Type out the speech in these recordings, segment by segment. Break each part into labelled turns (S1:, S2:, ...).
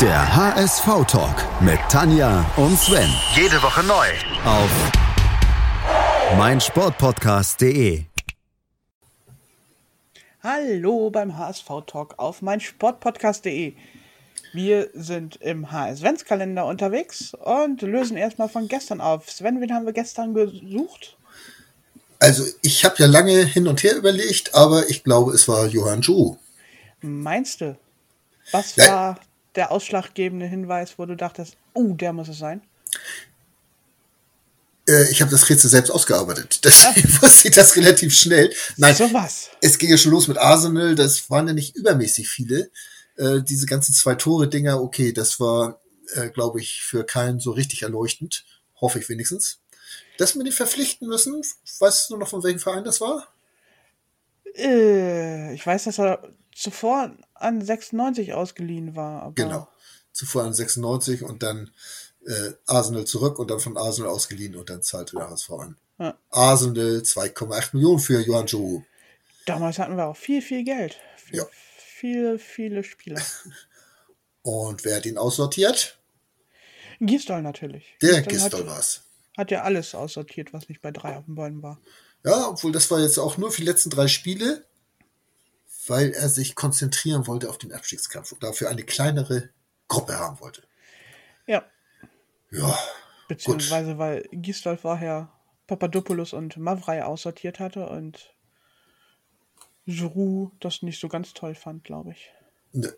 S1: Der HSV-Talk mit Tanja und Sven.
S2: Jede Woche neu.
S1: Auf meinsportpodcast.de.
S3: Hallo beim HSV-Talk auf meinsportpodcast.de. Wir sind im HSV-Kalender unterwegs und lösen erstmal von gestern auf. Sven, wen haben wir gestern gesucht?
S4: Also ich habe ja lange hin und her überlegt, aber ich glaube, es war Johann Ju.
S3: Meinst du? Was
S4: Ja.
S3: war der ausschlaggebende Hinweis, wo du dachtest, oh, der muss es sein?
S4: Äh, ich habe das Rätsel selbst ausgearbeitet. Deswegen wusste ich das relativ schnell. Nein,
S3: So was.
S4: es ging ja schon los mit Arsenal. Das waren ja nicht übermäßig viele. Äh, diese ganzen zwei Tore-Dinger, okay, das war, äh, glaube ich, für keinen so richtig erleuchtend. Hoffe ich wenigstens. Dass wir die verpflichten müssen, weißt du noch, von welchem Verein das war?
S3: Äh, ich weiß, dass er zuvor an 96 ausgeliehen war. Aber
S4: Genau. Zuvor an 96 und dann äh, Arsenal zurück und dann von Arsenal ausgeliehen und dann zahlte der HSV an.
S3: Ja.
S4: Arsenal 2,8 Millionen für Johann Joe.
S3: Damals hatten wir auch viel, viel Geld. Für
S4: Ja.
S3: Viele, viele Spieler.
S4: Und wer hat ihn aussortiert?
S3: Gistol natürlich.
S4: Der
S3: hat-
S4: Gistol war's.
S3: Hat ja alles aussortiert, was nicht bei drei auf den Bäumen war.
S4: Ja, obwohl das war jetzt auch nur für die letzten drei Spiele, weil er sich konzentrieren wollte auf den Abstiegskampf und dafür eine kleinere Gruppe haben wollte.
S3: Ja,
S4: Ja,
S3: beziehungsweise weil Gistol vorher Papadopoulos und Mavrei aussortiert hatte und Giroud das nicht so ganz toll fand, glaube ich.
S4: ne.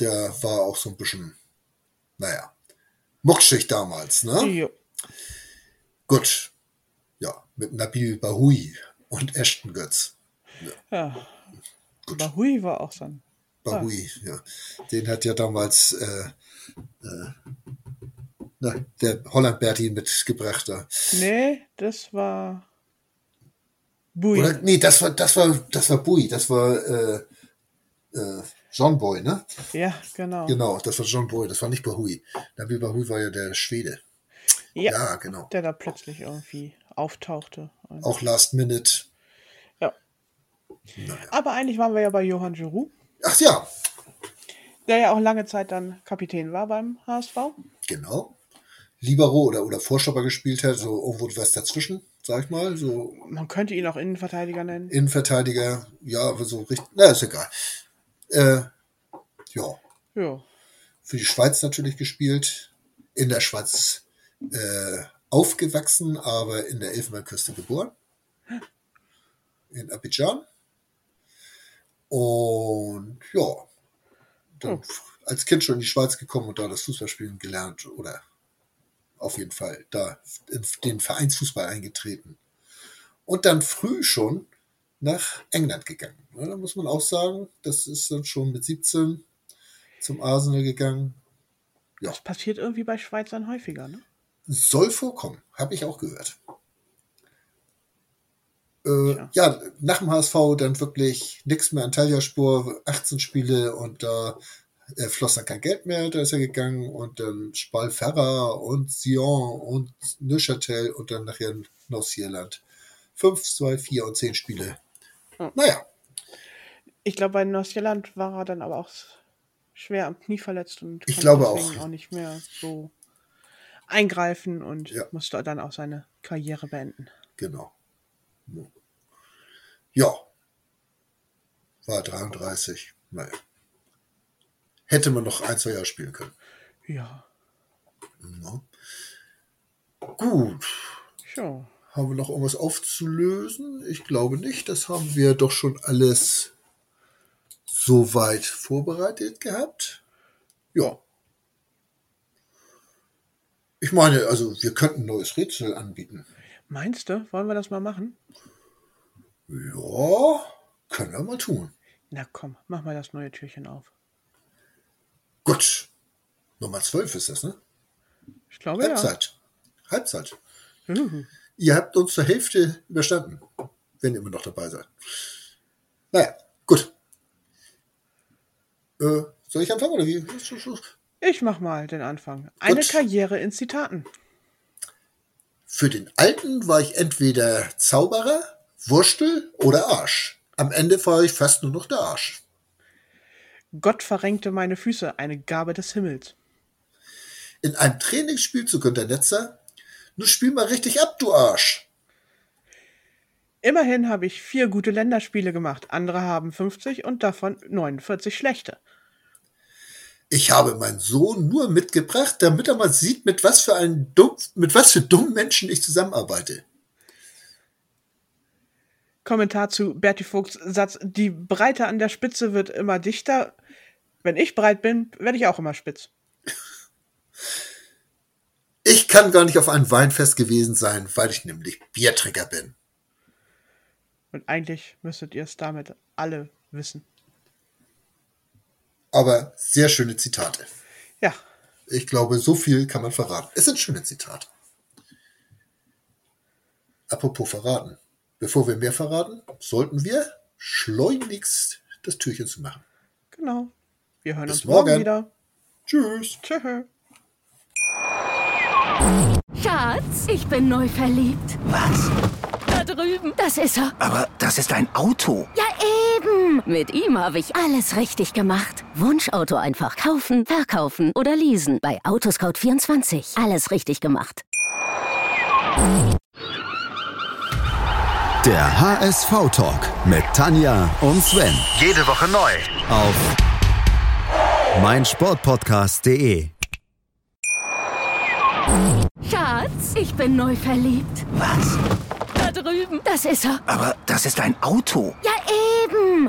S4: der war auch so ein bisschen, naja, muckschig damals, ne?
S3: Jo.
S4: Gut. Ja, mit Nabil Bahoui und Ashton Götz.
S3: Ja,
S4: Gut.
S3: Bahui war auch so ein.
S4: Bahoui, ja. Den hat ja damals äh, äh, na, der Holland Berti mitgebracht da.
S3: Nee, das war. Bui.
S4: Oder, nee, das war, das war, das war Bui, das war äh, äh, John Boy, ne?
S3: Ja, genau.
S4: Genau, das war John Boy, das war nicht Bahoui. Nabil Bahoui war ja der Schwede.
S3: Ja,
S4: Ja, genau.
S3: der da plötzlich irgendwie auftauchte. Und,
S4: Auch Last Minute.
S3: ja. Aber eigentlich waren wir ja bei Johann Giroud,
S4: Ach ja,
S3: der ja auch lange Zeit dann Kapitän war beim HSV.
S4: genau. Libero oder, oder Vorstopper gespielt hat, so irgendwo was dazwischen, sag ich mal, so
S3: Man könnte ihn auch Innenverteidiger nennen.
S4: Innenverteidiger, ja, aber so richtig, na, ist egal. Äh, ja,
S3: Ja.
S4: für die Schweiz natürlich gespielt, in der Schweiz äh, aufgewachsen, aber in der Elfenbeinküste geboren, in Abidjan. Und ja, dann als Kind schon in die Schweiz gekommen und da das Fußballspielen gelernt oder auf jeden Fall da in den Vereinsfußball eingetreten. Und dann früh schon nach England gegangen. Ja, da muss man auch sagen, das ist dann schon mit 17 zum Arsenal gegangen.
S3: Das passiert irgendwie bei Schweizern häufiger, ne?
S4: Soll vorkommen, habe ich auch gehört. Äh, ja. nach dem HSV dann wirklich nichts mehr an Taljaspur, 18 Spiele und da äh, floss dann kein Geld mehr, da ist er gegangen und dann Spalferra und Sion und Neuchâtel und dann nachher Nordirland. 5, 2, 4 und 10 Spiele. Naja,
S3: Ich glaube, bei Nordirland war er dann aber auch s- schwer am Knie verletzt und
S4: Ich
S3: konnte
S4: glaube
S3: deswegen
S4: auch.
S3: auch nicht mehr so eingreifen und
S4: Ja.
S3: musste dann auch seine Karriere beenden.
S4: genau. Ja. War 33. Naja. Hätte man noch ein, zwei Jahre spielen können.
S3: Ja.
S4: Ja. Gut.
S3: So.
S4: Haben wir noch irgendwas aufzulösen? Ich glaube nicht. Das haben wir doch schon alles soweit vorbereitet gehabt. Ja. Ich meine, also wir könnten ein neues Rätsel anbieten.
S3: Meinst du, wollen wir das mal machen?
S4: Ja, können wir mal tun.
S3: Na komm, mach mal das neue Türchen auf.
S4: Gut. Nummer 12 ist das, ne?
S3: Ich glaube ja.
S4: Halbzeit. Halbzeit.
S3: Mhm.
S4: Ihr habt uns zur Hälfte überstanden, wenn ihr immer noch dabei seid. Naja, gut. Äh, soll ich anfangen oder wie?
S3: Ich mach mal den Anfang. Eine
S4: Gut.
S3: Karriere in Zitaten.
S4: Für den Alten war ich entweder Zauberer, Wurstel oder Arsch. Am Ende war ich fast nur noch der Arsch.
S3: Gott verrenkte meine Füße, eine Gabe des Himmels.
S4: In einem Trainingsspiel zu Günter Netzer? Nun spiel mal richtig ab, du Arsch!
S3: Immerhin habe ich vier gute Länderspiele gemacht, andere haben 50 und davon 49 schlechte.
S4: Ich habe meinen Sohn nur mitgebracht, damit er mal sieht, mit was für einen dumm, mit was für dummen Menschen ich zusammenarbeite.
S3: Kommentar zu Berti Vogts Satz, die Breite an der Spitze wird immer dichter. Wenn ich breit bin, werde ich auch immer spitz.
S4: Ich kann gar nicht auf einem Weinfest gewesen sein, weil ich nämlich Biertrinker bin.
S3: Und eigentlich müsstet ihr es damit alle wissen.
S4: Aber sehr schöne Zitate.
S3: Ja,
S4: Ich glaube, so viel kann man verraten. Es sind schöne Zitate. Apropos verraten. Bevor wir mehr verraten, sollten wir schleunigst das Türchen zu machen.
S3: genau. Wir hören
S4: Bis
S3: uns morgen,
S4: morgen.
S3: wieder.
S4: Tschüss.
S3: Tschö.
S2: Schatz, ich bin neu verliebt.
S5: Was?
S2: Da drüben. Das ist er.
S5: Aber das ist ein Auto.
S2: Ja, eben. Mit ihm habe ich alles richtig gemacht. Wunschauto einfach kaufen, verkaufen oder leasen. Bei Autoscout24. Alles richtig gemacht.
S1: Der HSV-Talk mit Tanja und Sven
S5: Jede Woche neu.
S1: auf meinsportpodcast.de.
S2: Schatz, ich bin neu verliebt.
S5: Was?
S2: Da drüben. Das ist er.
S5: Aber das ist ein Auto.
S2: Ja, eben.